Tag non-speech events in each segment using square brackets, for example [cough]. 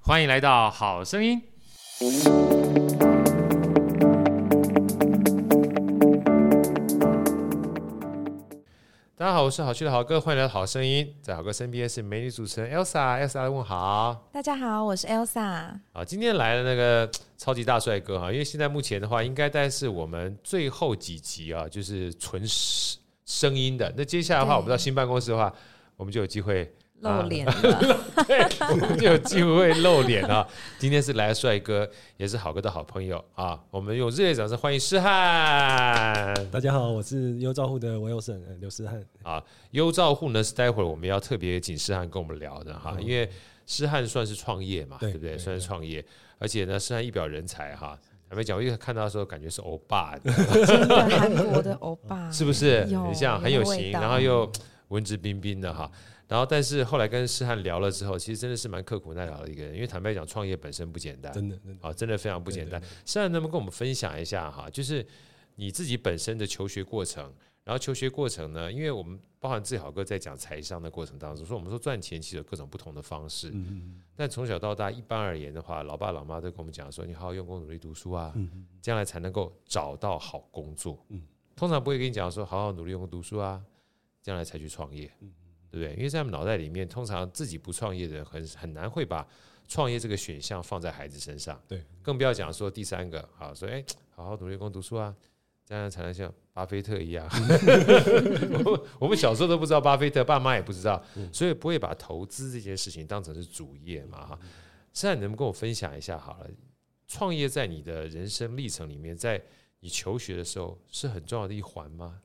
欢迎来到《好声音》。大家好，我是好趣的豪哥，欢迎来到《好声音》。在豪哥身边是美女主持人 Elsa，Elsa 来问好。大家好，我是 Elsa。啊，今天来了那个超级大帅哥哈，因为现在目前的话，应该大概是我们最后几集啊，就是纯声声音的。那接下来的话，对我们到新办公室的话，我们就有机会，露 [laughs] 脸了，对，我们就有机会露脸啊。今天是来的帅哥，也是好哥的好朋友啊，我们用热烈掌声欢迎诗翰。大家好，我是优照户的文友胜呃刘思翰。优照户呢是待会儿我们要特别请诗翰跟我们聊的哈，因为诗翰算是创业嘛，嗯对对不对？对算是创业，而且呢，诗翰一表人才哈。坦白讲，我一看到的时候感觉是欧巴，真的韩国的欧巴，是不是？有很像有很有那味型，道然后又文质彬彬的哈。然后，但是后来跟诗翰聊了之后，其实真的是蛮刻苦耐劳的一个人，因为坦白讲，创业本身不简单，真的真的啊，真的非常不简单。诗翰，能不能跟我们分享一下哈？就是你自己本身的求学过程，然后求学过程呢，因为我们包含志豪哥在讲财商的过程当中，说我们说赚钱其实有各种不同的方式，但从小到大，一般而言的话，老爸老妈都跟我们讲说，你好好用功努力读书啊，将来才能够找到好工作。通常不会跟你讲说好好努力用功读书啊，将来才去创业，对不对？因为在他们脑袋里面，通常自己不创业的人很很难会把创业这个选项放在孩子身上，对，更不要讲说第三个，好说哎，好好努力用功读书啊，将来才能像巴菲特一样。我们我们小时候都不知道巴菲特，爸妈也不知道，所以不会把投资这件事情当成是主业嘛哈。现在你能不能跟我分享一下好了？创业在你的人生历程里面，在你求学的时候是很重要的一环吗？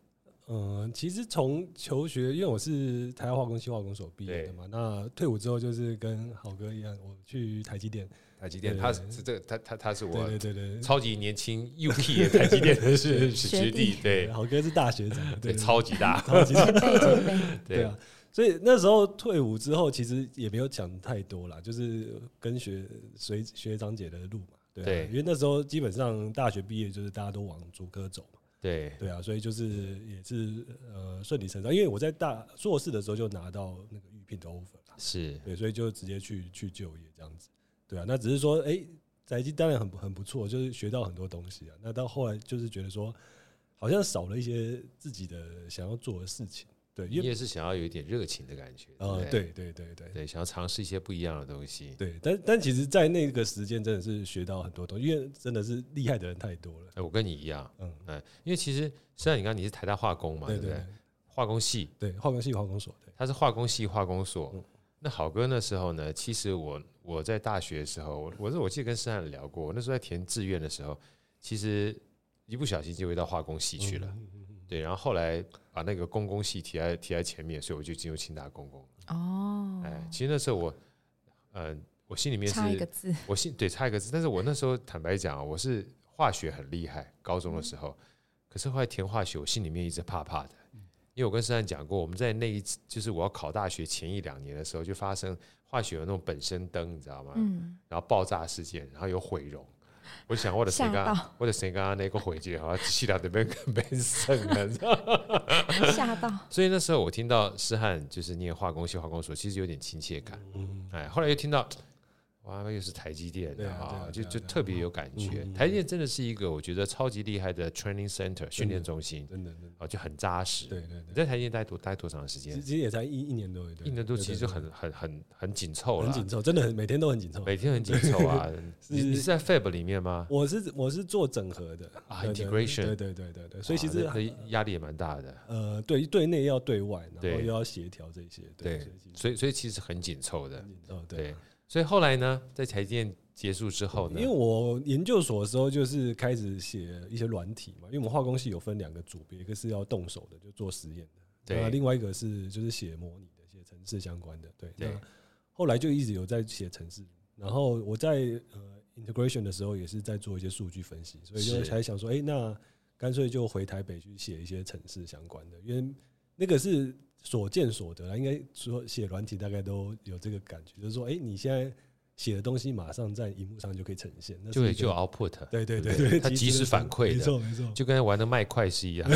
嗯，其实从求学，因为我是台湾化工系化工所毕业的嘛，那退伍之后就是跟好哥一样，我去台积电。台积电他对是这个他他他是对我对对对，超级年轻 UK 的台积电 [laughs] 的学学学弟弟，对好哥是大学长，对，对超级大，[laughs] 超级前辈前辈，对啊。所以那时候退伍之后，其实也没有想太多啦，就是跟学随学长姐的路嘛，对啊对因为那时候基本上大学毕业就是大家都往主科走嘛。对对啊，所以就是也是呃顺理成章，因为我在大硕士的时候就拿到那个预聘的 offer，是，对，所以就直接去去就业这样子，对啊，那只是说，哎、宅基当然很不很不错，就是学到很多东西啊。那到后来就是觉得说，好像少了一些自己的想要做的事情，对，你因为也是想要有一点热情的感觉，呃不，对对对对对，想要尝试一些不一样的东西。对，但但其实，在那个时间真的是学到很多东西，因为真的是厉害的人太多了，哎，我跟你一样，嗯，哎，因为其实虽然你看你是台大化工嘛，对对不对对对？化工系，对，化工系化工所，对，他是化工系化工所嗯。那好哥那时候呢，其实我我在大学的时候，我我是我记得跟诗翰聊过，我那时候在填志愿的时候，其实一不小心就会到化工系去嗯了，对，然后后来把那个公工系提在提在前面，所以我就进入清大公工。 [laughs] 哦，哎，其实那时候我，嗯、我心里面啊差一个是，字，我心对差一个字，但是我那时候坦白讲啊，我是化学很厉害，高中的嗯时候，可是后来填化学，我心里面一直怕怕的，嗯因为我跟珊珊讲过，我们在那一次就是我要考大学前一两年的时候，就发生化学有那种本身灯，你知道吗？嗯，然后爆炸事件，然后有毁容。我就想我的谁吓刚到，我的谁刚刚那个毁灭，好像气到那 [laughs] 边跟被剩了，你知道吗吓到，所以那时候我听到诗翰就是念化工系化工所，其实有点亲切感。嗯，哎，后来又听到，哇，又是台积电对的啊对啊啊，对啊就就对啊特别有感觉。台积电真的是一个我觉得超级厉害的 training center 训练中心真的真的，啊，就很扎实。对对对你。在台积电待多待多长时其实间？其实也才一一年多而已，对一年多，对其实就对对很很很很紧凑很了，紧凑，真的很每天都很紧凑。每天很紧凑啊。你 [laughs] 是你是在 Fab 里面吗？我是我是做整合的啊对对 integration 啊对对对对对，所以其实哇那那压力也蛮大的。呃，对对内要对外，然后对又要协调这些，对，所所以所以其实很紧凑的。以哦对对，，哦所以后来呢，在台积电结束之后因呢为，我研究所的时候就是开始写一些软体嘛，因为我们化工系有分两个组别，一个是要动手的，就做实验的，那对另外一个是就是写模拟的，写程式相关的，对对那后来就一直有在写程式，然后我在呃 integration 的时候也是在做一些数据分析，所以就是才想说，哎、那干脆就回台北去写一些城市相关的，因为那个是所见所得啦，应该说写软体大概都有这个感觉，就是说，哎、你现在写的东西马上在荧幕上就可以呈现，那是就一会个就有 output，对对对对 [laughs] 对，它及时的反馈的没错没错， [laughs] 就跟玩的麦块是一样，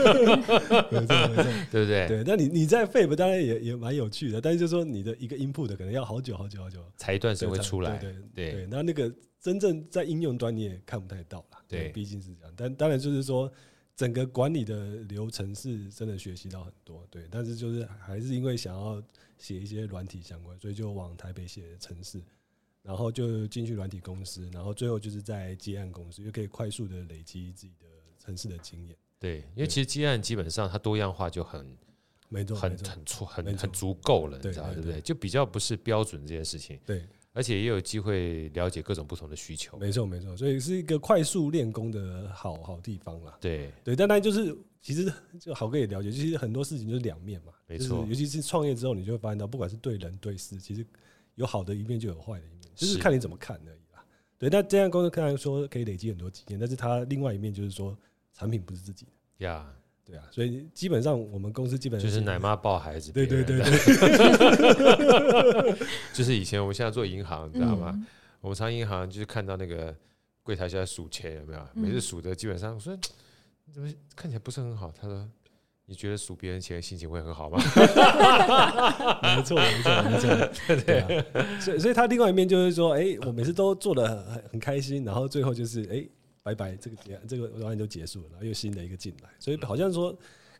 没错没错。对不对？对，那你你在 Fab 当然也也蛮有趣的，但是就说你的一个 input 可能要好久好久好久才一段时间会对出来，对对对对，那那个真正在应用端你也看不太到啦，对毕竟是这样。但当然就是说，整个管理的流程是真的学习到很多，对。但是就是还是因为想要写一些软体相关，所以就往台北写城市，然后就进去软体公司，然后最后就是在接案公司，又可以快速的累积自己的城市的经验。对，因为其实基案基本上它多样化就很没错，没很错，很足没很错很足够了，你对知道对对不对？对就比较不是标准这件事情，对，而且也有机会了解各种不同的需求，没错，没错。所以是一个快速练功的好好地方啦。对对，但但就是其实就好哥也了解，其实很多事情就是两面嘛，没就是错尤其是创业之后，你就会发现到，不管是对人对事，其实有好的一面就有坏的一面，就是是看你怎么看而已啦。对，那这样公司看来说可以累积很多经验，但是它另外一面就是说产品不是自己的，呀，对啊，所以基本上我们公司基本上就是奶。妈抱孩子，对对对，[laughs] 对，就是以前我们现在做银行，你知道吗？嗯我们常银行就是看到那个柜台就在数钱，有没有？每次数的基本上，我说嘖你怎么看起来不是很好？他说。你觉得数别人钱心情会很好吗？没错没错 [laughs] 没错，对啊，所以所以它另外一面就是说，哎，我每次都做的很很开心，然后最后就是哎，拜拜，这个结这个表演就结束了，然后又新的一个进来，嗯所以好像说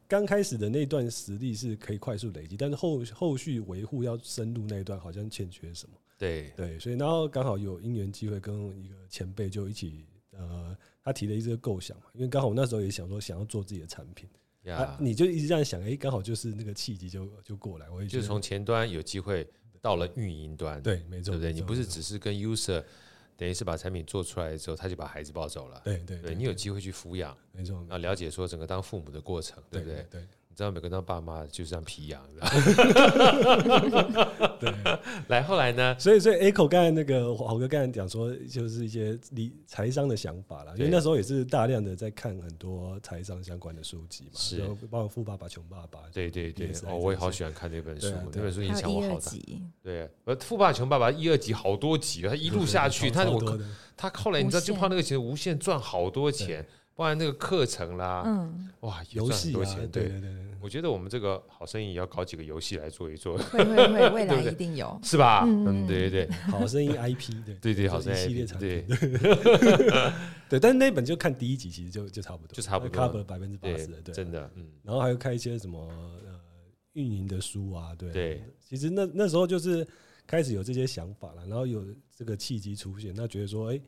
刚开始的那段实力是可以快速累积，但是后后续维护要深入那一段好像欠缺什么，对，对，所以然后刚好有因缘机会跟一个前辈就一起呃。他提了一个构想嘛，因为刚好我那时候也想说想要做自己的产品，啊呀，，你就一直这样想，哎、刚好就是那个契机就就过来，我也觉就得是从前端有机会到了运营端，对，没错，对不对？没你错不是没错只是跟 user，等于是把产品做出来之后，他就把孩子抱走了。对对对你有机会去抚养，没错，啊，了解说整个当父母的过程，对不对对？对你知道每个当爸妈就是这样皮痒 [laughs] 的。对。来，后来呢？所以所以 Echo 刚才那个豪哥刚才讲说，就是一些理财商的想法啦，因为对那时候也是大量的在看很多财商相关的书籍嘛，是然后包括《富爸爸穷爸爸》，对对对， BSI 哦，我也好这些喜欢看那本书对啊，那对啊本书影还响有我一好二大。集，对，呃，富爸穷爸爸一二集好多集了，他一路下去，超他超我多靠的他后来你知道无就限靠那个钱无限赚好多钱，包含那个课程啦，嗯，哇，也游赚很戏多啊，钱。对对，对对对，我觉得我们这个好生意也要搞几个游戏来做一做， [laughs] 会会会，对未来不对一定有。是吧？嗯嗯，对对对。好声音 IP 对 [laughs] [laughs] 对对，好就像一也系列对产对品，对，但是那本就看第一集，其实就就差不多，就差不多 cover 百分之八十的，对，对，啊真的，嗯，然后还有看一些什么呃运营的书啊，对对其实那那时候就是开始有这些想法了，然后有这个契机出现，那觉得说，哎、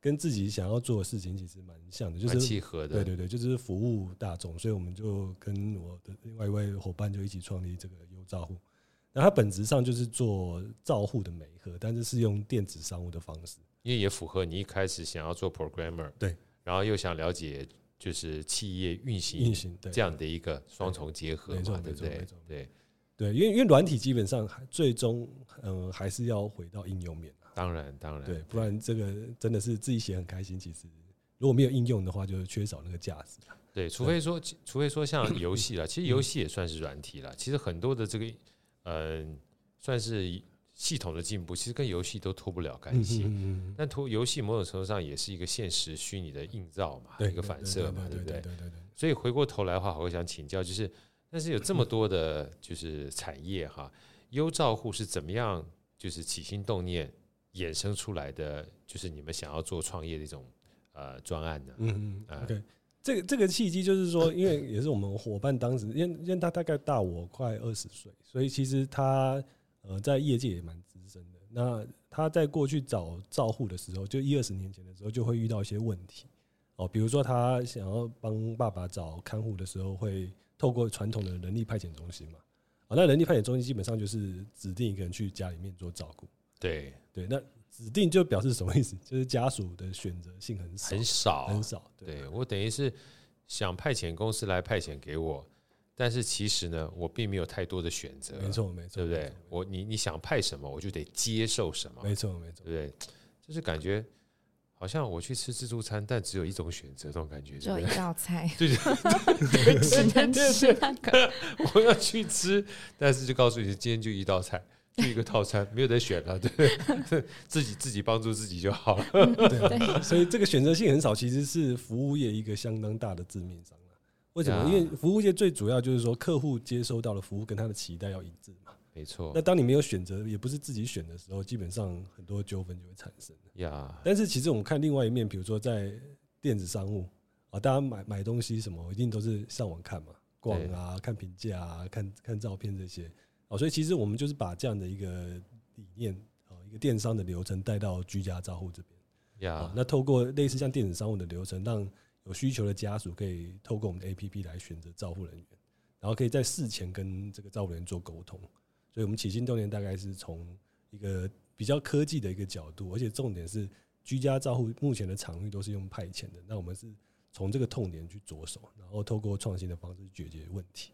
跟自己想要做的事情其实蛮像的，就蛮是契合的，对对对，就是服务大众，所以我们就跟我的另外一位伙伴就一起创立这个优照护。那它本质上就是做照护的媒合，但是是用电子商务的方式。因为也符合你一开始想要做 programmer，对，然后又想了解就是企业运行运行对这样的一个双重结合没嘛，错对没不错对没错？对，对，因为因为软体基本上还最终嗯、呃还是要回到应用面。当然当然，对，不然这个真的是自己写很开心，其实如果没有应用的话，就是缺少那个价值。对，嗯除非说，其除非说 [coughs] 像游戏啦，其实游戏也算是软体啦。其实很多的这个，嗯、算是系统的进步，其实跟游戏都脱不了干系。嗯，但脱游戏某种程度上也是一个现实虚拟的映照嘛，对，一个反射嘛，对不对对？对对对所以回过头来的话，我想请教，就是但是有这么多的，就是产业哈，优照护是怎么样，就是起心动念衍生出来的，就是你们想要做创业的一种呃专案呢？嗯啊嗯，OK。这个这个契机就是说，因为也是我们伙伴当时，因为因为他大概大我快二十岁，所以其实他呃在业界也蛮资深的。那他在过去找照护的时候，就一二十年前的时候，就会遇到一些问题哦，比如说他想要帮爸爸找看护的时候，会透过传统的人力派遣中心嘛，哦，那人力派遣中心基本上就是指定一个人去家里面做照顾，对，对，那指定就表示什么意思？ [laughs] 就是家属的选择性很少，很少，啊很少，对啊对我等于是想派遣公司来派遣给我，但是其实呢，我并没有太多的选择，没，错，没错，对不对？我你你想派什么，我就得接受什么，没错？没对错，不对？就是感觉好像我去吃自助餐，但只有一种选择，这种感觉，只对不有一 [laughs] 对？道菜，对 [laughs] 对只能吃那个。我要去吃，但是就告诉你，今天就一道菜，就一个套餐，没有得选了，对， [laughs] 自己自己帮助自己就好了。 [laughs] 对，所以这个选择性很少，其实是服务业一个相当大的致命伤啊为什么？呀因为服务业最主要就是说，客户接收到的服务跟他的期待要一致嘛。没错那，当你没有选择，也不是自己选的时候，基本上很多纠纷就会产生。呀，但是其实我们看另外一面，比如说在电子商务啊，大家买买东西什么，一定都是上网看嘛，逛啊，看评价啊，看看照片这些啊，所以其实我们就是把这样的一个理念啊，一个电商的流程带到居家照护这边。啊呀，，那透过类似像电子商务的流程，让有需求的家属可以透过我们的 APP 来选择照护人员，然后可以在事前跟这个照护人员做沟通。所以我们起心动念大概是从一个比较科技的一个角度，而且重点是居家照护目前的场域都是用派遣的，那我们是从这个痛点去着手，然后透过创新的方式解决问题。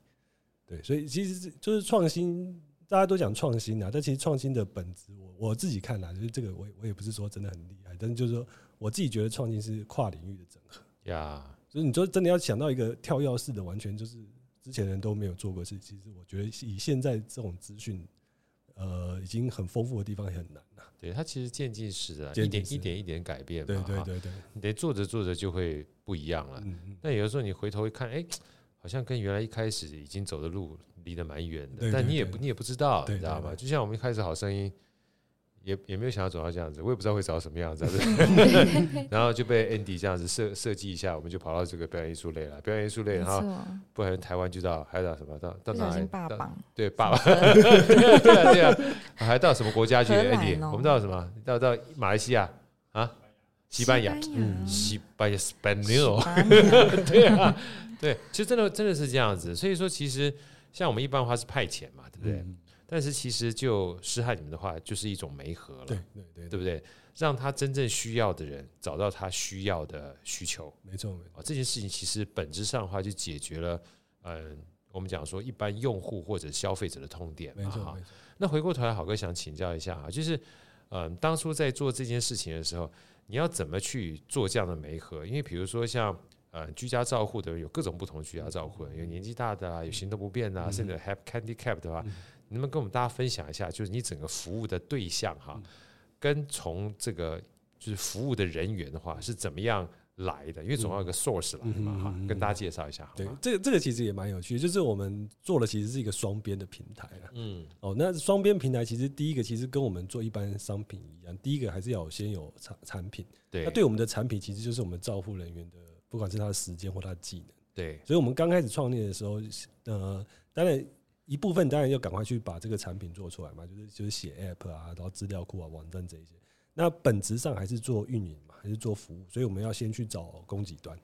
对，所以其实是就是创新，大家都讲创新啊，但其实创新的本质，我我自己看来，啊就是这个我也我也不是说真的很厉害，但是就是说我自己觉得创新是跨领域的整合，呀，所以你说真的要想到一个跳跃式的，完全就是之前人都没有做过的事，其实我觉得以现在这种资讯，呃，已经很丰富的地方也很难了、对，它其实渐进式的啊，一渐进点式一点一点改变嘛，对对哈，对对，你得做着做着就会不一样了。 [laughs] 嗯嗯，但有的时候你回头一看，哎，好像跟原来一开始已经走的路离得蛮远的对，但对你也对不你也不知道，对你知道对吗？对就像我们一开始好声音。也也没有想要走到这样子，我也不知道会走到什么样子、啊，对 [laughs] 然后就被 Andy 这样子设设计一下，我们就跑到这个表演艺术类了。表演艺术类，没然后错，不然台湾就到还到什么到到不哪小里心？霸到榜，对，爸爸， [laughs] 对啊，对啊，还到什么国家去荷兰？Andy，哦我们到什么？到到马来西亚啊，西班牙，嗯西西班牙 s p a n 班 o 西班牙对啊，哦 [laughs] 对，其实真的真的是这样子。所以说，其实像我们一般的话是派遣嘛，对不对？嗯但是其实就施害你们的话，就是一种媒合了，对对对对对，不对？让他真正需要的人找到他需要的需求。没错没错，啊，这件事情其实本质上的话，就解决了，嗯，我们讲说一般用户或者消费者的痛点没嘛，错哈没。错，那回过头来，好哥想请教一下啊，就是，嗯，当初在做这件事情的时候，你要怎么去做这样的媒合？因为比如说像。呃，居家照护的人有各种不同的居家照护人，有年纪大的嗯啊，有行动不便的啊，甚至有 have handicap 的啊，你能不能跟我们大家分享一下，就是你整个服务的对象哈、嗯跟从这个就是服务的人员的话是怎么样来的？因为总要有个 source 来嘛哈、嗯嗯嗯嗯嗯跟大家介绍一下好对吗？，这个这个其实也蛮有趣的，就是我们做的其实是一个双边的平台啊。嗯，哦，那双边平台其实第一个其实跟我们做一般商品一样，第一个还是要有先有产产品。那对对我们的产品其实就是我们照护人员的，不管是他的时间或他的技能。对所以我们刚开始创立的时候，呃，当然一部分当然要赶快去把这个产品做出来嘛，就是就是写 app 啊，然后资料库啊、网站这一些。那本质上还是做运营嘛，还是做服务，所以我们要先去找供给端。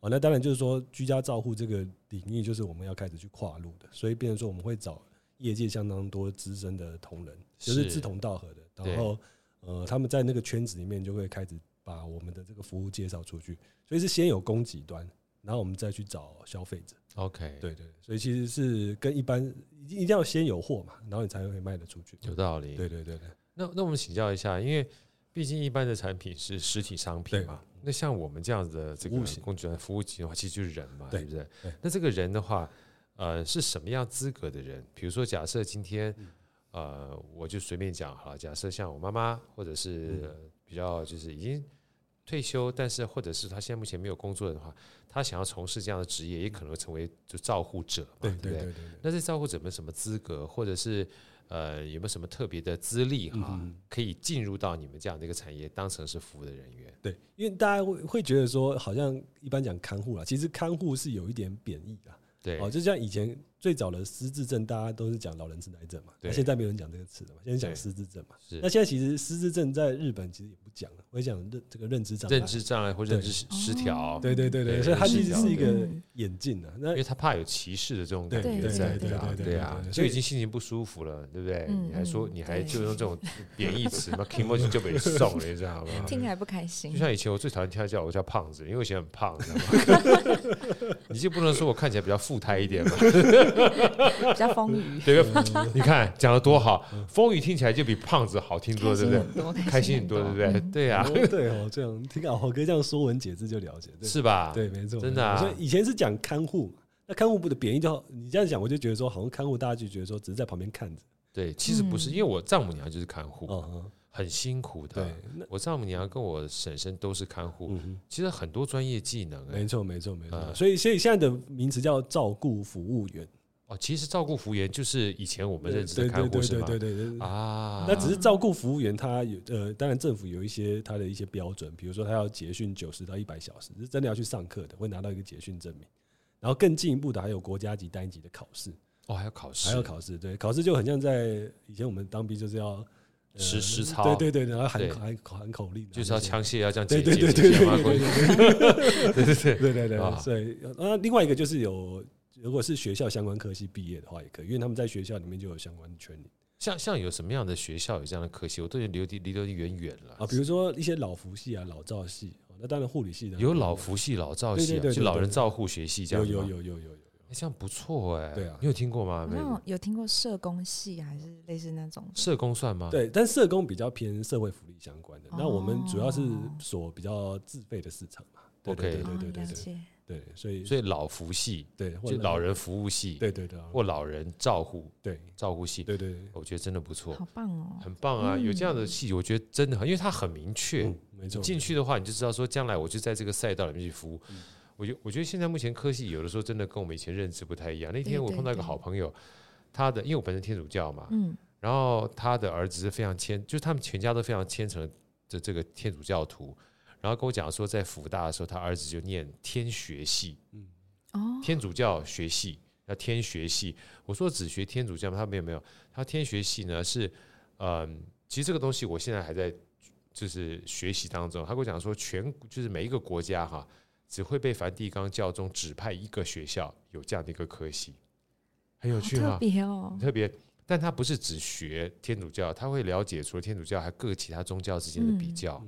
哦，那当然就是说居家照护这个领域，就是我们要开始去跨入的，所以变成说我们会找业界相当多资深的同仁，就是是志同道合的，对然后呃，他们在那个圈子里面就会开始把我们的这个服务介绍出去，所以是先有供给端，然后我们再去找消费者。 ，OK，对对，所以其实是跟一般一定一定要先有货嘛，然后你才会卖得出去。有道理。对对对对，那那我们请教一下，因为毕竟一般的产品是实体商品对嘛，那像我们这样子的这个服务型工具人服务型的话，其实就是人嘛，对不对对？那这个人的话，呃，是什么样资格的人？比如说，假设今天，嗯呃，我就随便讲好了，假设像我妈妈，或者是呃嗯比较就是已经退休，但是或者是她现在目前没有工作的话，她想要从事这样的职业，也可能成为就照护者嘛，对不对对对对。那这照顾者有没有什么资格，或者是呃有没有什么特别的资历哈、嗯可以进入到你们这样的一个产业，当成是服务的人员？对，因为大家会会觉得说，好像一般讲看护啦，其实看护是有一点贬义的。对，哦，就像以前最早的失智症，大家都是讲老人痴呆症嘛，对那现在没有人讲这个词了嘛，现在对讲失智症嘛。是那现在其实失智症在日本其实也不讲了，我也讲认这个认知障碍。认知障碍或认知失对失调，哦对对对对对，所以它其实是一认个知障碍眼镜啊。那因为他怕有歧视的这种感觉对在，对对啊对，对对啊对对，对就已经心情不舒服了，对不对？嗯你还说嗯你还对就用这 [laughs] 种贬义词，那 k i m o j i 就被送了，你知道吗？听起来不开心就。像以前我最讨厌听他叫我叫胖子，因为我以前很胖，你知道吗？ [laughs] 你就不能说我看起来比较富态一点吗？比较丰腴，对不对？ [laughs] 你看讲的多好，风雨听起来就比胖子好听多，开对不心对？很多，开心很多，嗯对不对？嗯对啊呀、哦对哦，这样听到豪哥这样说文解字就了解，对是吧？对，没错，真的啊没错所以以前是讲看护嘛，那看护部的贬义就好，你这样讲，我就觉得说，好像看护大家就觉得说，只是在旁边看着，对，其实不是，嗯因为我丈母娘就是看护，嗯嗯，很辛苦对的。，我丈母娘跟我婶婶都是看护，嗯哼，其实很多专业技能、没欸，错没错没错。嗯所以所以现在的名词叫照顾服务员，哦，其实照顾服务员就是以前我们对认识对的看对护对是对吗？对对对。啊，那只是照顾服务员，他有呃，当然政府有一些他的一些标准，比如说他要结训九十到一百小时，是真的要去上课的，会拿到一个结训证明。然后更进一步的还有国家级单级的考试，哦，还要考试，还要考试，对，考试就很像在以前我们当兵就是要呃实实操对对对，然后喊对口喊口喊口令啊，就是要那些枪械要这样对解对解对解对解对嘛，对过去 [laughs] 对对对，对对对对，啊所以那另外一个就是有，如果是学校相关科系毕业的话，也可以，因为他们在学校里面就有相关的 training 像像有什么样的学校有这样的科系，我都已经离得离得远远了啊，比如说一些老福系啊、老照系，哦那当然护理系的有老福系、老照对系对啊，对就对老对人照护学系这有样子有吗，有有有有，哎这样不错哎。对啊你有听过吗我？妹那妹种有听过社工系还是类似那种的？社工算吗？对，但社工比较偏社会福利相关的，那我们主要是哦锁比较自费的市场嘛，对对 OK 对对对哦对了对解。对，所以所以老福系对或就老人服务系，对对对啊或老人照护对照护系，对对对，我觉得真的不错，好棒哦！很棒啊！嗯有这样的系，我觉得真的很，因为它很明确嗯，，没错，嗯进去的话你就知道说，将来我就在这个赛道里面去服务。我觉我觉得现在目前科技有的时候真的跟我们以前认知不太一样。那对天我对碰到一个对好朋友，他的因为我本身天主教嘛，嗯，然后他的儿子是非常虔，就是他们全家都非常虔诚的这个天主教徒。然后跟我讲说，在辅大的时候，他儿子就念天学系，哦，天主教学系，那天学系。我说只学天主教吗？他没有没有，他天学系呢是，嗯、其实这个东西我现在还在就是学习当中。他跟我讲说，全就是每一个国家哈，只会被梵蒂冈教宗指派一个学校有这样的一个科系，很有好趣哈、特别哦很，特别。但他不是只学天主教，他会了解除了天主教，还各其他宗教之间的比嗯较。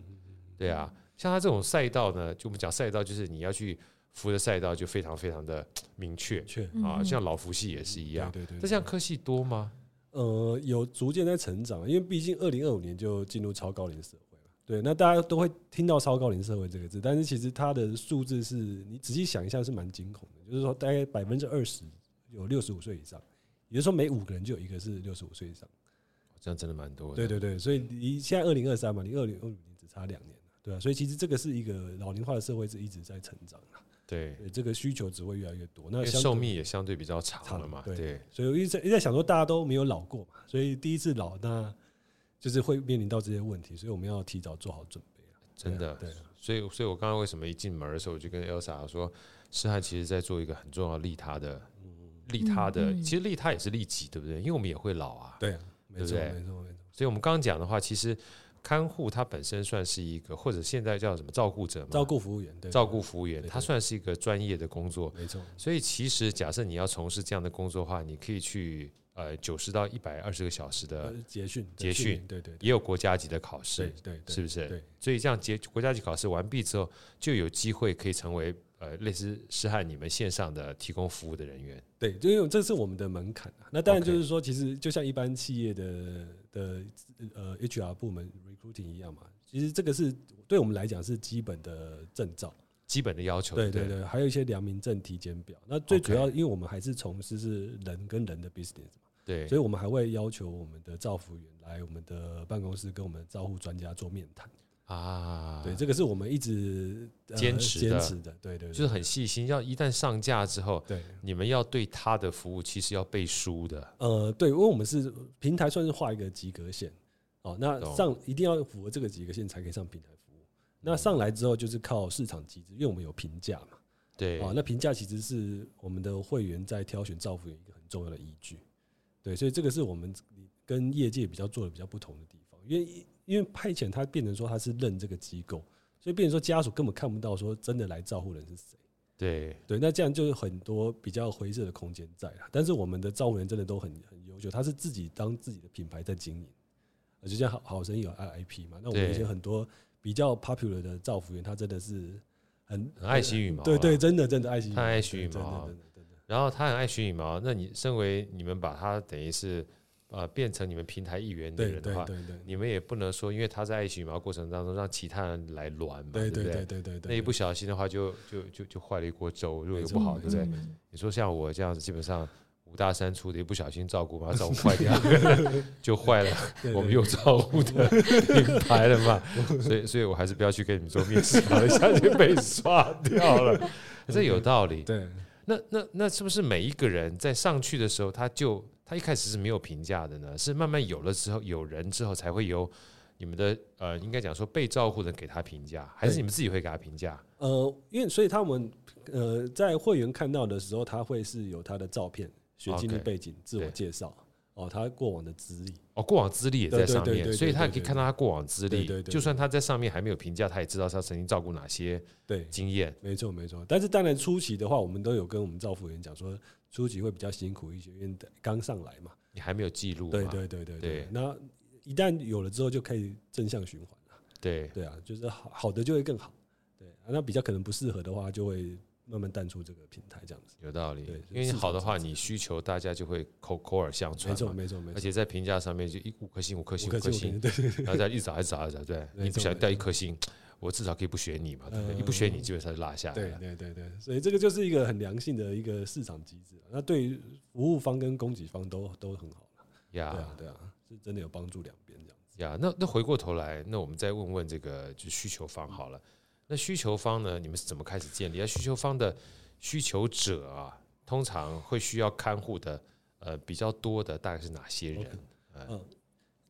对啊，像他这种赛道呢，就我们讲赛道，就是你要去服的赛道就非常非常的明确确嗯啊。嗯像老福系也是一一样，对对对，那像科系多吗？呃，有逐渐在成长，因为毕竟二零二五年就进入超高龄社会了。对，那大家都会听到超高龄社会这个字，但是其实它的数字是你仔细想一下是蛮惊恐的，就是说大概百分之二十有六十五岁以上，也就是说每五个人就有一个是六十五岁以上。这样真的蛮多的。对对对，所以离现在二零二三嘛，离二零二五年只差两年了对啊，所以其实这个是一个老龄化的社会是一直在成长的，对，对这个需求只会越来越多。那因为相对寿命也相对比较长长了嘛。对对，所以我一直在一直在想说，大家都没有老过嘛，所以第一次老，那就是会面临到这些问题，所以我们要提早做好准备啊真的。对啊，所以，所以我刚刚为什么一进门的时候，我就跟 Elsa 说，诗翰其实在做一个很重要的利他的，嗯利他的，嗯嗯其实利他也是利己，对不对？因为我们也会老啊。对啊，对啊，没错，对不对没错，没错，所以我们刚刚讲的话，其实看护它本身算是一个，或者现在叫什么照顾者嘛，照顾服务员，对，照顾服务员对，对它算是一个专业的工作。没错，所以其实假设你要从事这样的工作的话，你可以去呃九十到一百二十个小时的，呃，捷训，捷训训练，对对对也有国家级的考试对，对，对是不是？对，所以这样结国家级考试完毕之后，就有机会可以成为呃类似施汉你们线上的提供服务的人员。对，就因为这是我们的门槛啊。那当然 OK 就是说，其实就像一般企业的的呃 HR 部门 recruiting 一样嘛，其实这个是对我们来讲是基本的证照。基本的要求，对不对对，还有一些良民证体检表。那最主 OK 要，因为我们还是从事是人跟人的 business，对所以我们还会要求我们的照护员来我们的办公室跟我们的照护专家做面谈。啊，对，这个是我们一直呃坚持的坚持的。对对，对就是很细心。要一旦上架之后，对。你们要对他的服务其实要背书的，呃，对，因为我们是平台，算是画一个及格线。哦，那懂上一定要符合这个及格线才可以上平台服务。嗯那上来之后就是靠市场机制，因为我们有评价嘛。对，啊，那评价其实是我们的会员在挑选造福员一个很重要的依据。对，所以这个是我们跟业界比较做的比较不同的地方，因为因为派遣他变成说他是认这个机构，所以变成说家属根本看不到说真的来照护人是谁。对，对，那这样就是很多比较灰色的空间在了。但是我们的照护人真的都很很优秀，他是自己当自己的品牌在经营，呃就像好好生意有 IP 嘛，那我们对以前很多比较 popular 的造福员，他真的是很很爱惜羽毛，对对，。真的真的爱惜羽毛，太爱惜羽对毛啊真的真的真的然后他很爱惜羽毛，那你身为你们把他等于是呃变成你们平台一员的真的，对人的话对，对对你们也不能说因为他在爱惜羽毛过程当中让其他人来乱嘛，对不对对对对对，那一不小心的话就，就就就坏了一锅粥，如果有没不错好，没对错不对？嗯你说像我这样子，基本上五五大三粗的，一不小心照顾把它 [laughs] 照顾坏掉， [laughs] 就坏了对我们对又照顾的品牌了 [laughs] 嘛。所以，所以我还是不要去跟你们做面试好了，一下就被刷掉 [laughs] 了。这有道理。对那那那是不是每一个人在上去的时候，他就他一开始是没有评价的呢？是慢慢有了之后，有人之后才会有你们的呃，应该讲说被照顾的人给他评价，还是对你们自己会给他评价？呃，因为所以他们呃在会员看到的时候，他会是有他的照片、学经历 OK，背景、自我介绍哦，他过往的资历，哦，过往资历也在对对上对面，对所以对他也对可以对看到他过往资对历对。对就算他在上面还没有评价，他也知道他曾经照顾哪些对，经验。没错没错。但是当然初期的话，我们都有跟我们赵服员讲说，初期会比较辛苦一些，因为刚上来嘛。你还没有记录嘛？对对对对对对。那一旦有了之后，就可以正向循环了。对对啊，就是好好的就会更好。对、啊，那比较可能不适合的话，就会慢慢淡出这个平台这样子。有道理对。因为你是好的这话，样子你需求大家就会口口耳相传没嘛，错没错没而错。且在评价上面就一五颗星、五颗星、五颗颗星星五颗星，对然后再一直找、一直找、一直找，对没你不错想没掉一错颗星，我至少可以不选你嘛，对不对？嗯一不选你，基本上就落下来对了。对对对，所以这个就是一个很良性的一个市场机制啊。那对于服务方跟供给方都都很好了。对呀啊对啊，是真的有帮助两边这样子。呀，那那回过头来，那我们再问问这个就是需求方好了。那需求方呢，你们是怎么开始建立？啊，需求方的需求者啊，通常会需要看护的，呃，比较多的大概是哪些人 OK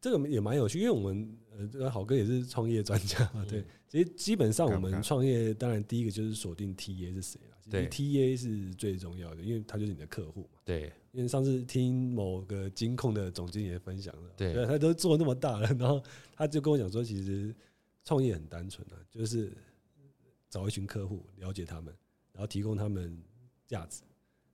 这个也蛮有趣，因为我们呃，这个好哥也是创业专家嘛，嗯对。其实基本上我敢不敢们创业，当然第一个就是锁定 TA 是谁了。其对实 TA 是最重要的，因为他就是你的客户嘛。对因为上次听某个金控的总经理也分享了，对啊他都做那么大了，然后他就跟我讲说，其实创业很单纯啊，就是找一群客户，了解他们，然后提供他们价值，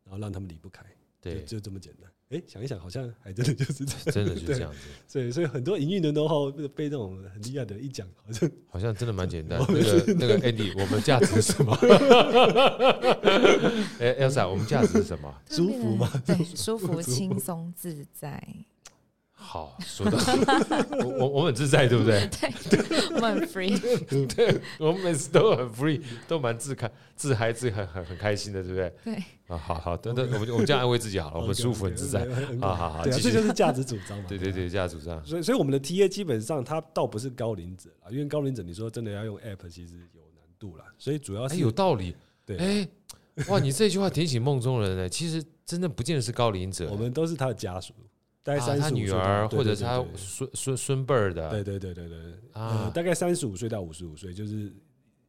然后让他们离不开，对，就就这么简单。哎、想一想，好像还真的就是这样。真的就是 [laughs] 对这样子，所以，所以很多营运的 know how 被这种很厉害的人一讲，好像好像真的蛮简 [laughs] 单。那个那个 Andy，我们价值是什么？ [laughs] 哎，Elsa，我们价值是什么？就舒变服得吗？对，舒服、舒服轻松、自在，好，说的， [laughs] 我我我们很自在，对不 [laughs] 对？我们很 free。我们每次都很 free，都蛮自开、自嗨、自很很很开心的，对不对？对，啊，好好，等等，我们我们这样安慰自己好了，我们 OK，OK，哦舒服很自 [laughs] 在。 OK，OK，好好好，对啊，继这就续。是价值主张嘛。 [laughs] 对对对，这样主张。所以，所以我们的 TA 基本上它倒不是高龄者啦，因为高龄者你说真的要用 app 其实有难度啦，所以主要哎，是、有道理。对哎，哇，你这句话点醒梦中人呢。其实真的不见得是高龄者，我们都是他的家属，大概啊，三十五他岁女到儿对或者对是他对孙孙孙辈儿的，对对对对对对啊呃大概三十五岁到五十五岁就是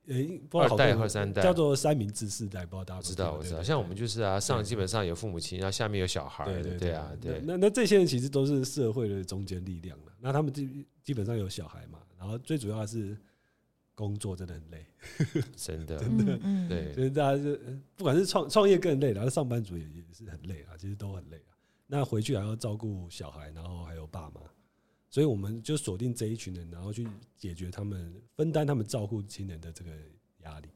呃、不知道二好代多或三代叫。做三明治世代，不知道大家我有没有知道，听过我对知道，对像我们就是啊，上基本上有父母亲，然后下面有小孩对儿的，对对啊，对。那那这些人其实都是社会的中坚力量了，那他们基基本上有小孩嘛，然后最主要是工作真的很累。真的，嗯嗯，对就是大家就呃不管是创创业更累啦，然后上班族也也是很累啊，其实都很累啊。那回去还要照顾小孩，然后还有爸妈，所以我们就锁定这一群人，然后去解决他们分担他们照顾亲人的这个压力。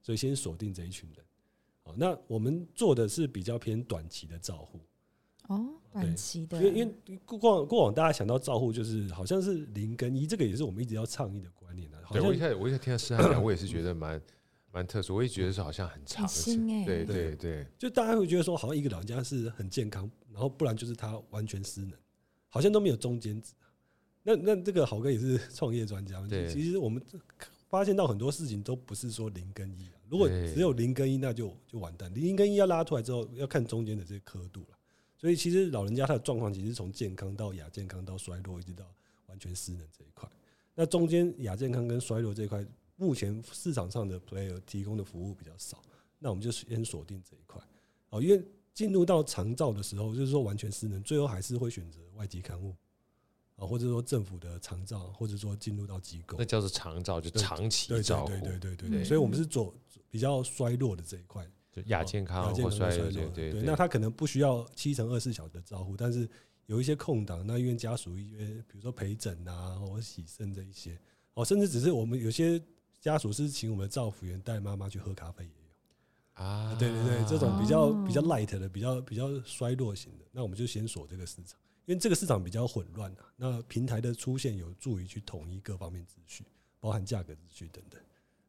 所以先锁定这一群人。好，那我们做的是比较偏短期的照护，哦，短期的，因为因为过往过往大家想到照护就是好像是零跟一，这个也是我们一直要倡议的观念啊。好对我一像开始我一开始听到诗涵讲，我也是觉得蛮蛮特殊，我也觉得是好像很长的很时新间，欸对对对对，就大家会觉得说，好像一个老人家是很健康，然后不然就是他完全失能，好像都没有中间值。那那这个好哥也是创业专家嘛，对其实我们发现到很多事情都不是说零跟一啊，如果对只有零跟一，那就就完蛋。零跟一要拉出来之后，要看中间的这些刻度了。所以其实老人家他的状况，其实从健康到亚健康到衰弱，一直到完全失能这一块。那中间亚健康跟衰弱这一块，目前市场上的 player 提供的服务比较少，那我们就先锁定这一块。哦，因为进入到长照的时候，就是说完全失能，最后还是会选择外籍看护啊，或者说政府的长照，或者说进入到机构那。叫做长照，就对长期对照对顾对，对对对嗯对，所以我们是走比较衰弱的这一块，就亚健哦康或衰弱弱，的对对对。那他可能不需要七乘二十四小时的照护，但是有一些空档，那因为家属一约，呃比如说陪诊啊，或洗肾这一些，哦，甚至只是我们有些家属是请我们的照护员带妈妈去喝咖啡也有。啊，对对对，这种比较哦比较 light 的，比较比较衰落型的，那我们就先锁这个市场，因为这个市场比较混乱啊。那平台的出现有助于去统一各方面秩序，包含价格秩序等等。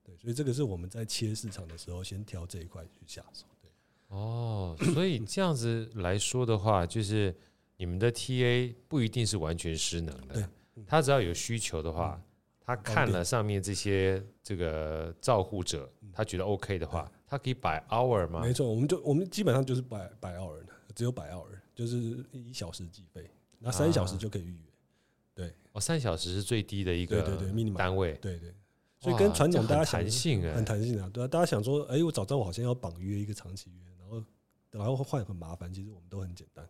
对，所以这个是我们在切市场的时候先挑这一块去下手。对，哦，所以这样子来说的话，就是你们的 TA 不一定是完全失能对的，嗯他只要有需求的话，他看帮了上面这些这个照护者，他觉得 OK 的话，他可以摆 hour 吗嗯没？错，我们就我们基本上就是百百奥尔的，只有百奥尔，就是一小时计费，那啊三小时就可以预约。哦，三小时是最低的一个对对对，minimum 单位，对对，所以哇跟传统这大很家想弹性哎很弹性啊，对啊，大家想说，哎、我早知道我好像要绑约一个长期约，然后然后换很麻烦，其实我们都很简单，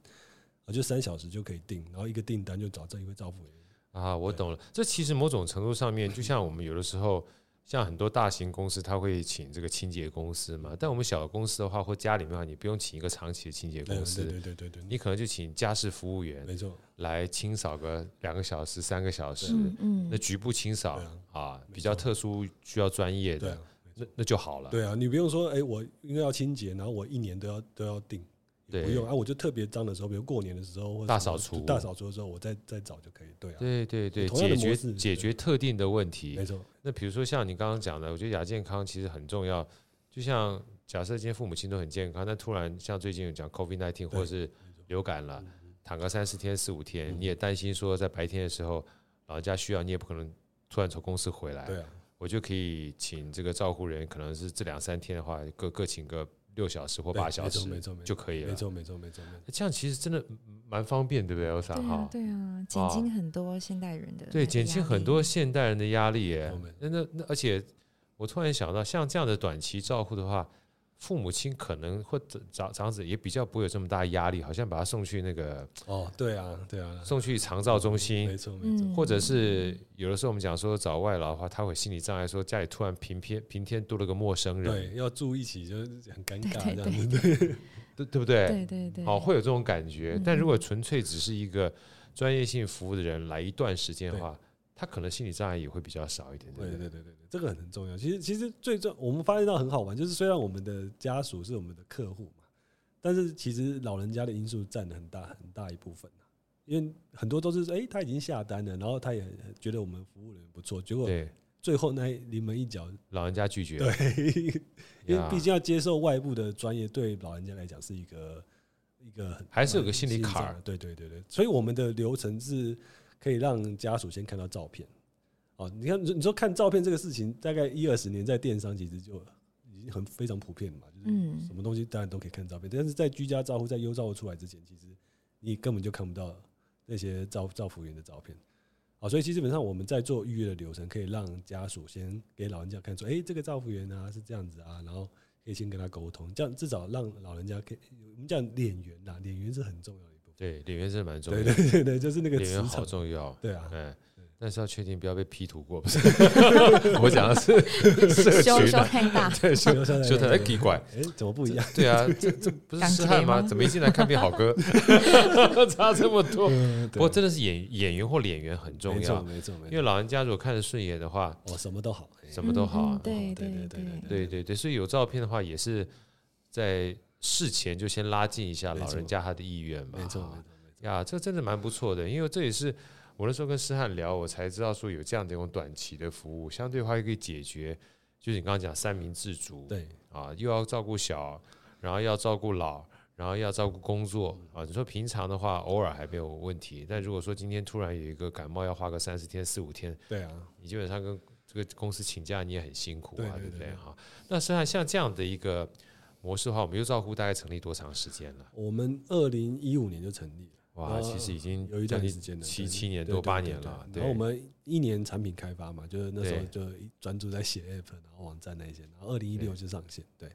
啊，就三小时就可以定，然后一个订单就找这一位照顾员。啊，我懂了。这其实某种程度上面，就像我们有的时候，像很多大型公司，他会请这个清洁公司嘛。但我们小公司的话，或家里面的话，你不用请一个长期的清洁对公司，对对对对你对，可能就请家事服务员没错，来清扫个两个小时、三个小时。嗯那嗯，局部清扫对啊啊，没比较错特殊需要专业对的啊，，那那就好了。对啊，你不用说，哎、我应该要清洁，然后我一年都要都要定，也不对用啊，我就特别脏的时候，比如过年的时候或者嗯大什么扫除大扫除的时候，我再再找就可以。对啊，对对对，同样解的决模式解对决特定的问题。没错，那比如说像你刚刚讲的，我觉得亚健康其实很重要。就像假设今天父母亲都很健康，但突然像最近有讲 COVID nineteen 或者是流感了，躺个三四天四五天，嗯你也担心说在白天的时候老人家需要，你也不可能突然从公司回来对，啊，我就可以请这个照护人，可能是这两三天的话，各各请个六小时或对八小没错时没错没错就可以没了。错没错没错没错。这样其实真的蛮方便，对不对，欧莎对哈啊？对啊，减轻很多现代人的对，那个减轻压很力多现代人的压力耶我们。那那那，而且我突然想到，像这样的短期照护的话，父母亲可能或者长长子也比较不会有这么大的压力，好像把他送去那个哦，对啊对啊，送去长照中心没，错没错，嗯，或者是有的时候我们讲说找外劳的话，他会有心理障碍，说家里突然平天平天多了个陌生人，对，要住一起就是很尴尬对对这样子，对对对不对？对嗯对对，好，哦会有这种感觉。但嗯如果纯粹只是一个专业性服务的人来一段时间的话，他可能心理障碍也会比较少一点，对对不对对？对对对，这个很重要。其实其实最重，我们发现到很好玩，就是虽然我们的家属是我们的客户嘛，但是其实老人家的因素占了很大很大一部分、啊、因为很多都是哎、诶他已经下单了，然后他也觉得我们服务人员不错，结果对，最后那一临门一脚，老人家拒绝， [laughs] 对，因为呀毕竟要接受外部的专业，对老人家来讲是一个一个很还是有个心理上坎儿对对对对，所以我们的流程是可以让家属先看到照片。哦，你看，你说看照片这个事情，大概一二十年在电商其实就已经很非常普遍了嘛，就是嗯什么东西当然都可以看照片，但是在居家照护、在优照护出来之前，其实你根本就看不到那些照照服员的照片。好，所以基本上我们在做预约的流程，可以让家属先给老人家看说，哎、这个照护员啊是这样子啊，然后可以先跟他沟通，这样至少让老人家可以，我们讲脸缘呐，脸缘是很重要的一部分。对，脸缘真的蛮重要对的，对对对，就是那个脸磁缘好场。重要。对啊，嗯，但是要确定不要被 P 图过，不是？ [laughs] 我讲的 [laughs] 是社修群修啊，[laughs] 太大，对，修修修修太太哎奇怪，哎、怎么不一样？对啊，这这不是港痴姐汉吗？吗怎么一进来看变好 [laughs] 哥， [laughs] 差这么多？嗯，不过真的是演演员或脸缘很重没错要，没错没因错，为老人家如果看着顺眼的话，我什么都好，哎什么都好啊嗯嗯对对哦对对对对对对，所以有照片的话，也是在事前就先拉近一下没老错人家他的意愿嘛。没错啊没错。呀，这真的蛮不错的，因为这也是我那时候跟诗翰聊，我才知道说有这样的一种短期的服务，相对的话也可以解决，就是你刚刚讲三明治族，对，啊，又要照顾小，然后要照顾老，然后要照顾工作嗯啊。你说平常的话，偶尔还没有问题，但如果说今天突然有一个感冒，要花个三四天、四五天，对啊，你基本上跟这个公司请假，你也很辛苦啊，对对不对对哈？那诗翰像这样的一个模式的话，我们又照顾大概成立多长时间了？我们二零一五年就成立了。哇，呃其实已经有一将段近时间了，七对七年对多对八对年对了。然后对我们一年产品开发嘛，就是那时候对就专注在写 app，然后网站那些，然后二零一六就上线，对。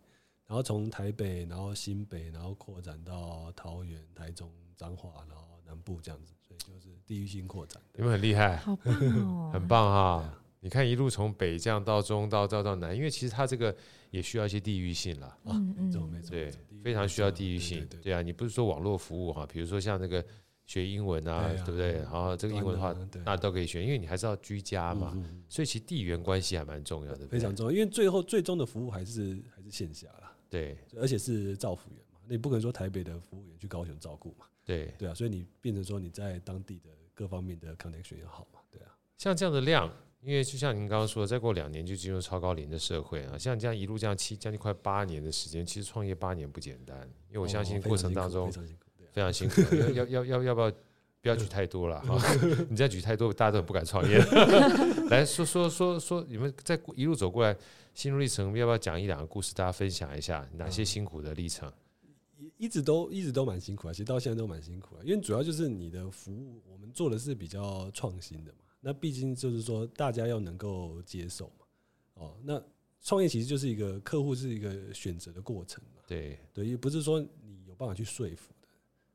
然后从台北，然后新北，然后扩展到桃园、台中、彰化，然后南部这样子，所以就是地域性扩展。你们很厉 [laughs] 害，好棒哦，嗯很棒啊！你看一路从北这样到中到到到南，因为其实它这个也需要一些地域性啦，啊嗯没错嗯没错，对没错地域，非常需要地域性性对。对对啊，你不是说网络服务哈，比如说像那个学英文啊对，啊对不对？然后这个英文的话端啊对，那都可以学，因为你还是要居家对嘛，嗯嗯所以其实地缘关系还蛮重要的，对嗯不非对常重要，因为最后最终的服务还是还是线下啦，对而且是照服员嘛，你不可能说台北的服务员去高雄照顾嘛。对。对啊，所以你变成说你在当地的各方面的 connection 要好嘛，对啊，像这样的量，因为就像您刚刚说的，再过两年就进入超高龄的社会啊，像你这样一路这样七将近快八年的时间，其实创业八年不简单，因为我相信哦非过常程辛当中苦非常辛苦，对啊非常辛苦，要要要要要不要不要举太多 [laughs] 了哈？你再举太多，大家都很不敢 [laughs] 创业。来说说说说，你们在一路走过来心路历程，要不要讲一两个故事，大家分享一下哪些辛苦的历程？一直都一直都蛮辛苦啊，其实到现在都蛮辛苦啊，因为主要就是你的服务，我们做的是比较创新的嘛，那毕竟就是说大家要能够接受嘛，哦，那创业其实就是一个客户是一个选择的过程嘛，对，对，也不是说你有办法去说服的，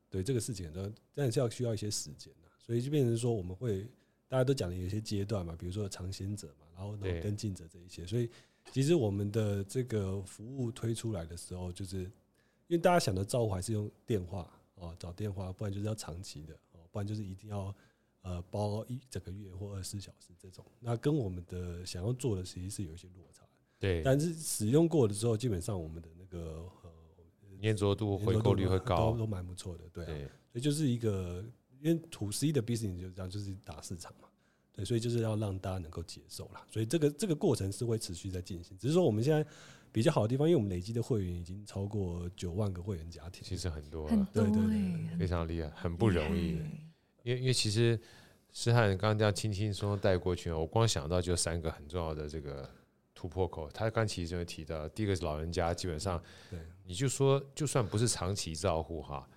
对这个事情很多，但是要需要一些时间的，所以就变成说我们会大家都讲的有一些阶段嘛，比如说尝鲜者嘛，然后然对后跟进者这一些，所以其实我们的这个服务推出来的时候，就是因为大家想的照顾还是用电话哦，找电话，不然就是要长期的哦，不然就是一定要。呃，包一整个月或二十四小时这种，那跟我们的想要做的其实是有一些落差，对，但是使用过了之后，基本上我们的那个呃粘着度、回购率会都高。都蛮不错的，对、啊。对，所以就是一个，因为土 C 的 business 就是这样，就是打市场嘛，对，所以就是要让大家能够接受啦。所以这个这个过程是会持续在进行，只是说我们现在比较好的地方，因为我们累积的会员已经超过九万个会员家庭，其实很多啊很了，多对对对哎，很非常厉害，很不容易厉。害因为因为其实诗翰刚刚这样轻轻松松带过去，啊我光想到就三个很重要的这个突破口。他刚其实就提到，第一个是老人家，基本上对，你就说就算不是长期照护哈，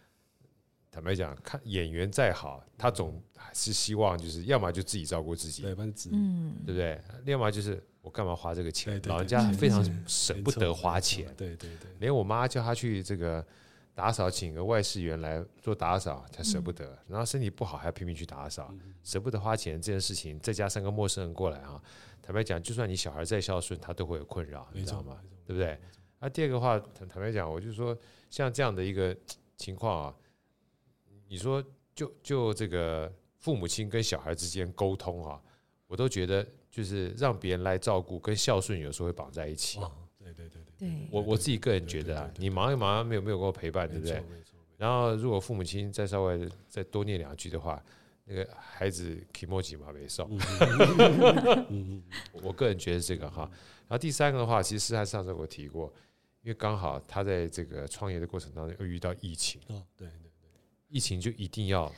坦白讲，看演员再好，他总还是希望就是要么就自己照顾自己，对，反正只嗯，对不对？另外就是我干嘛花这个钱对？对老人对家对非常对舍不得花钱，对对对，连我妈叫她去这个打扫，请个外事员来做打扫，她舍不得。嗯然后身体不好还要拼命去打扫，舍不得花钱这件事情，再加上个陌生人过来啊，坦白讲，就算你小孩再孝顺，他都会有困扰，你没知道错吗？没错对不对？那、第二个话，坦坦白讲，我就说像这样的一个情况啊，你说就就这个父母亲跟小孩之间沟通啊，我都觉得就是让别人来照顾跟孝顺有时候会绑在一起。哦，对对对对对我我自己个人觉得啊，你忙一忙没有没有给我陪伴，对没不错对？没错，然后如果父母亲再稍微再多念两句的话，那个孩子 k i m o j i 嘛没少。嗯，我个人觉得是这个哈。然后第三个的话，其实诗涵上次我提过，因为刚好他在这个创业的过程当中又遇到疫情，哦，对对疫情就一定要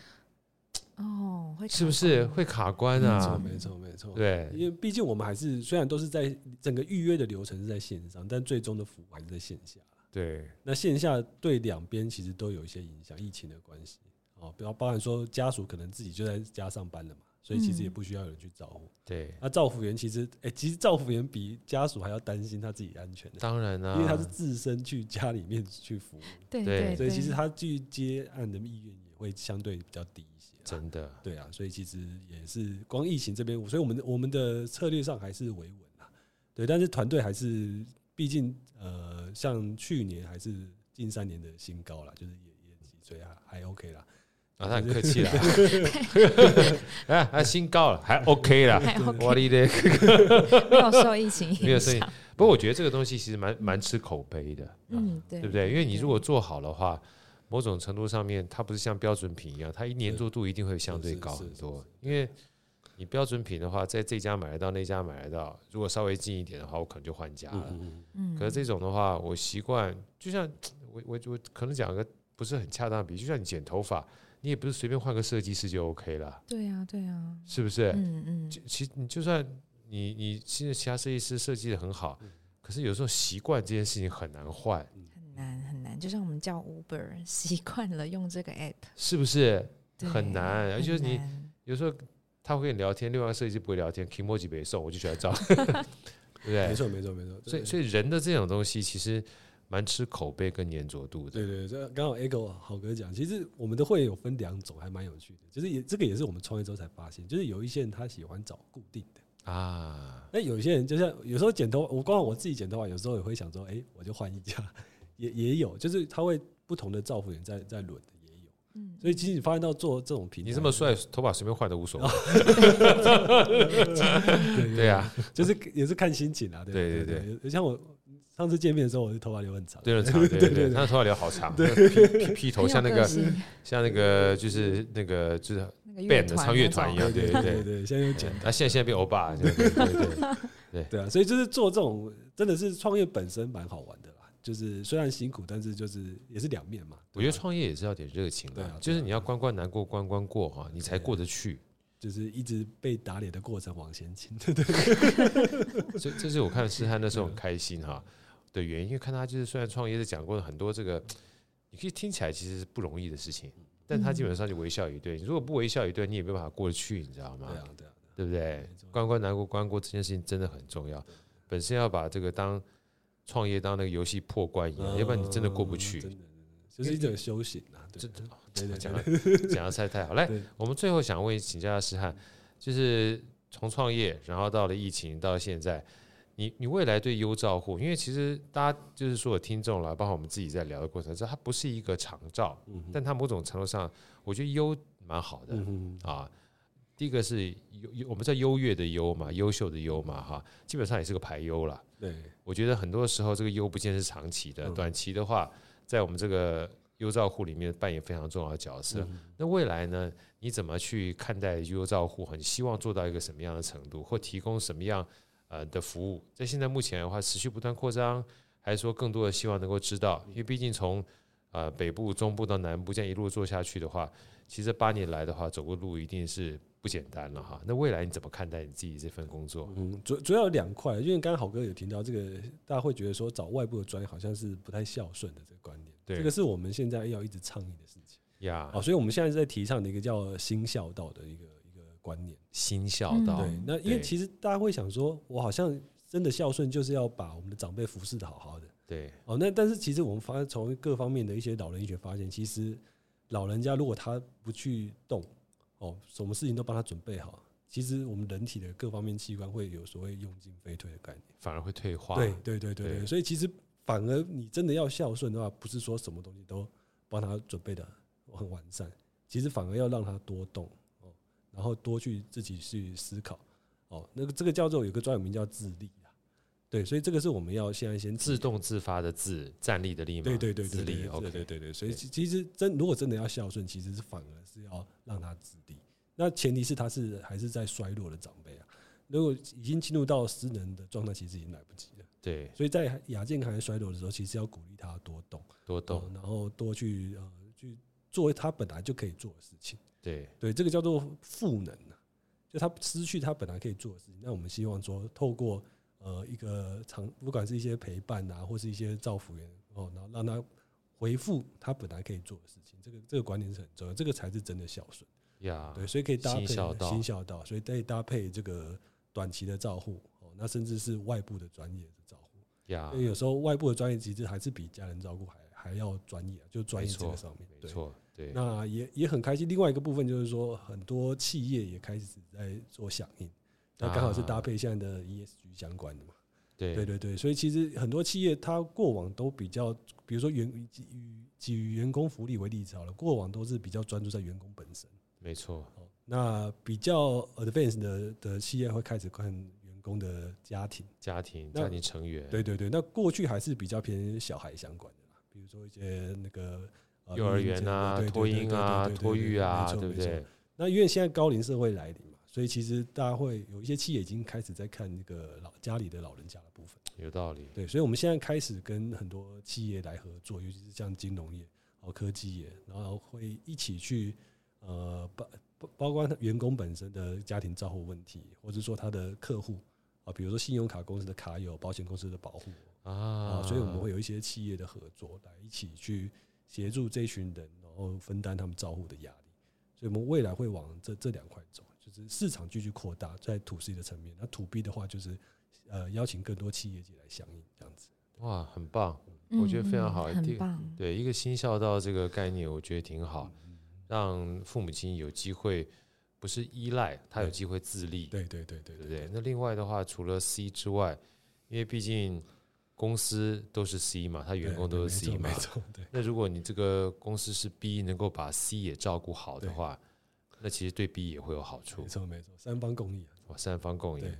哦，会是不卡是关会卡关嗯没错啊？没错没错，因对为毕竟我们还是虽然都是在整个预约的流程是在线上，但最终的服务还是在线下。对那线下对两边其实都有一些影响，疫情的关系哦，不要包含说家属可能自己就在家上班了嘛，所以其实也嗯不需要有人去照顾。对，那照护员其实，哎、其实照护员比家属还要担心他自己的安全的，当然因为他是啊，自身去家里面去服务，对对对，所以其对实他去接案的意愿也会相对比较低一些啦。真的对啊，所以其实也是光疫情这边，所以我们的我们的策略上还是维稳啊，对，但是团队还是毕竟呃，像去年还是近三年的新高啦，就是也也脊椎还还 OK 啦，啊，他很客 [laughs] 气了，哎，他心高了，还 OK 啦，还 OK 我的嘞。没有受疫情没有影受疫响，不过我觉得这个东西其实蛮蛮吃口碑的，嗯，对，啊对不对？因为你如果做好的话，某种程度上面它不是像标准品一样，它一粘着度一定会相对高很多。因为你标准品的话，在这家买得到，那家买得到，如果稍微近一点的话，我可能就换家了。嗯，可是这种的话，我习惯就像我我我可能讲个不是很恰当的比喻，就像你剪头发，你也不是随便换个设计师就 OK 了，对啊，对啊，是不是？嗯嗯，就其实你就算你你现在其他设计师设计的很好，可是有时候习惯这件事情很难换，很难很难，就像我们叫 Uber，习 [laughs] 惯了用这个 app，是不是？对很难很就是你难有时候他会跟你聊天，另外一个设计师不会聊天，emoji 被送，我就喜 [laughs] 欢照，对没不对？错没错没错，所以对所以人的这种东西其实蛮吃口碑跟粘着度的，对对，对这刚好 Ego 好哥讲，其实我们的会员有分两种，还蛮有趣的，就是也这个也是我们创业之后才发现，就是有一些人他喜欢找固定的，啊，那有些人就像有时候剪头发，我光我自己剪头发，有时候也会想说，哎、我就换一家， [laughs] 也也有，就是他会不同的照护员在在轮的也有。嗯，所以其实你发现到做这种平台，你这么帅，头发随便换都无所谓，[laughs] 对对，啊，就是也是看心情啊，对对对对对。像我上次见面的时候，我的头发留很长，对，很长，对对对，他的头发留好长，那个披披披头像那个像那个就是那个就是那个 band 的唱乐那团一种样，对对对对。对，现在又剪啊，现在现在变欧巴，对对对， [laughs] 对啊，所以就是做这种真的是创业本身蛮好玩的啦，就是虽然辛苦，但是就是也是两面嘛。我觉得对吧创业也是要点热情对啊的对啊，就是你要关关难过关关过哈，你才过得去。就是一直被打脸的过程往前进，对对 [laughs] 这这是我看诗翰那时候很开心哈的原因，因为看他就是虽然创业是讲过很多这个，你可以听起来其实是不容易的事情，但他基本上就微笑以对。你如果不微笑以对，你也没办法过得去，你知道吗？对啊对啊，对不对？关关难过关过这件事情真的很重要，本身要把这个当创业当那个游戏破关一样，要不然你真的过不去嗯。真的 [laughs] 就是一种修行啊，对真的对对讲对到 [laughs] 讲到菜太好，来对，我们最后想问请教一下诗翰，就是从创业，然后到了疫情，到现在，你你未来对优照护，因为其实大家就是说有听众啦，包括我们自己在聊的过程中，它不是一个长照，嗯哼但它某种程度上，我觉得优蛮好的、嗯哼啊。第一个是优优，我们叫优越的优嘛，优秀的优嘛，哈，基本上也是个排优啦。对我觉得很多时候这个优不见是长期的，嗯短期的话，在我们这个优照护里面扮演非常重要的角色。嗯那未来呢，你怎么去看待优照护？很希望做到一个什么样的程度，或提供什么样呃的服务？在现在目前的话，持续不断扩张，还是说更多的希望能够知道？因为毕竟从呃北部、中部到南部这样一路做下去的话，其实八年来的话，走过路一定是不简单了哈。那未来你怎么看待你自己这份工作？嗯，主主要有两块，因为刚刚好哥有提到这个，大家会觉得说找外部的专业好像是不太孝顺的这个观念，对这个是我们现在要一直倡议的事情呀啊，，所以我们现在是在提倡的一个叫新孝道的一个一个观念。心孝道，对嗯，那因为哦对其实大家会想说，我好像真的孝顺就是要把我们的长辈服侍的好好的对哦。那但是其实我们发从各方面的一些老人医学发现，其实老人家如果他不去动哦，什么事情都帮他准备好，其实我们人体的各方面器官会有所谓用进废退的概念。反而会退化。对对对对对对，所以其实反而你真的要孝顺的话，不是说什么东西都帮他准备的很完善，其实反而要让他多动哦，然后多去自己去思考哦。那个这个叫做有个专有名叫自立啊，对，所以这个是我们要现在先自。动自发的自，站立的立嘛，对对对自对对立对对 OK，对对对，所以其其实真如果真的要孝顺，其实是反而是要让他自立。那前提是他是还是在衰弱的长辈啊，如果已经进入到失能的状态，其实已经来不及了。对，所以在亚健康还衰弱的时候，其实要鼓励他多动，多呃动，然后多去呃去做他本来就可以做的事情。对对，这个叫做赋能啊，就他失去他本来可以做的事情。那我们希望说，透过呃一个长，不管是一些陪伴啊，或是一些造福员哦，然后让他回复他本来可以做的事情。这个这个观念是很重要，这个才是真的孝顺。呀，对，所以可以搭啊新配孝道新孝道，所以可以搭配这个短期的照护哦，那甚至是外部的专业的照护。呀因，为有时候外部的专业其实还是比家人照顾还还要专业啊，就专业这没错个上面。没对，错，对，那也也很开心。另外一个部分就是说，很多企业也开始在做响应，那刚好是搭配现在的 ESG 相关的嘛。对啊对对对，所以其实很多企业它过往都比较，比如说员以基以基于员工福利为例子好了，过往都是比较专注在员工本身。没错，哦，那比较 advanced 的的企业会开始看员工的家庭。家庭那家庭成员，对对对，那过去还是比较偏小孩相关的啦，比如说一些那个、呃幼儿园啊，托婴啊，托育啊，对对不？对对对对对对对对没错没对错？那因为现在高龄社会来临嘛，所以其实大家会有一些企业已经开始在看那个老家里的老人家的部分。有道理，对，所以我们现在开始跟很多企业来合作，尤其是像金融业、哦科技业，然后会一起去呃包包包括他员工本身的家庭照护问题，或者说他的客户啊，比如说信用卡公司的卡友、保险公司的保护啊啊，，所以我们会有一些企业的合作，来一起去协助这一群人，然后分担他们照护的压力。所以我们未来会往这这两块走，就是市场继续扩大，在 to C 的层面，那 to B 的话就是呃邀请更多企业界来响应这样子。哇，很棒，嗯我觉得非常嗯好第很棒。对，一个新孝道这个概念，我觉得挺好，让父母亲有机会不是依赖，他有对机会自立，对对对对对不对？那另外的话，除了 C 之外，因为毕竟公司都是 C 嘛，他员工都是 C 嘛没，错，对那如果你这个公司是 B，能够把 C 也照顾好的对话，那其实对 B 也会有好处没。错没错，三方共益啊，哇，三方共对赢，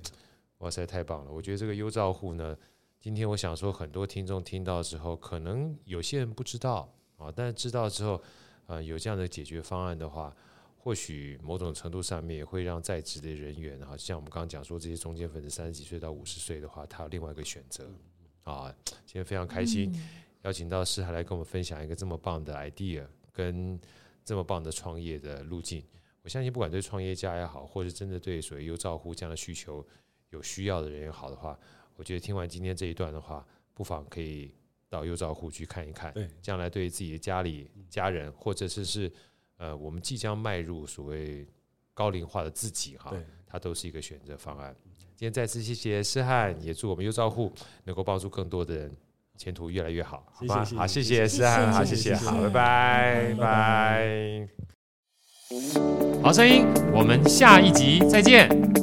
哇塞，太棒了！我觉得这个优照户呢，今天我想说，很多听众听到之后，可能有些人不知道啊，但是知道之后，呃，有这样的解决方案的话，或许某种程度上面也会让在职的人员啊，像我们刚刚讲说，这些中间分子三十几岁到五十岁的话，他有另外一个选择啊。今天非常开心，嗯邀请到诗海来跟我们分享一个这么棒的 idea 跟这么棒的创业的路径。我相信，不管对创业家也好，或是真的对所谓优照护这样的需求有需要的人也好的话，我觉得听完今天这一段的话，不妨可以到优照护去看一看，对将来对自己的家里、家人，或者是是呃，我们即将迈入所谓高龄化的自己哈，对，它都是一个选择方案。今天再次谢谢诗翰，也祝我们优照护能够帮助更多的人，前途越来越好，好谢谢吧？谢谢好，谢谢谢谢诗翰，好，谢谢谢，谢好，谢拜谢拜，拜拜。好声音，我们下一集再见。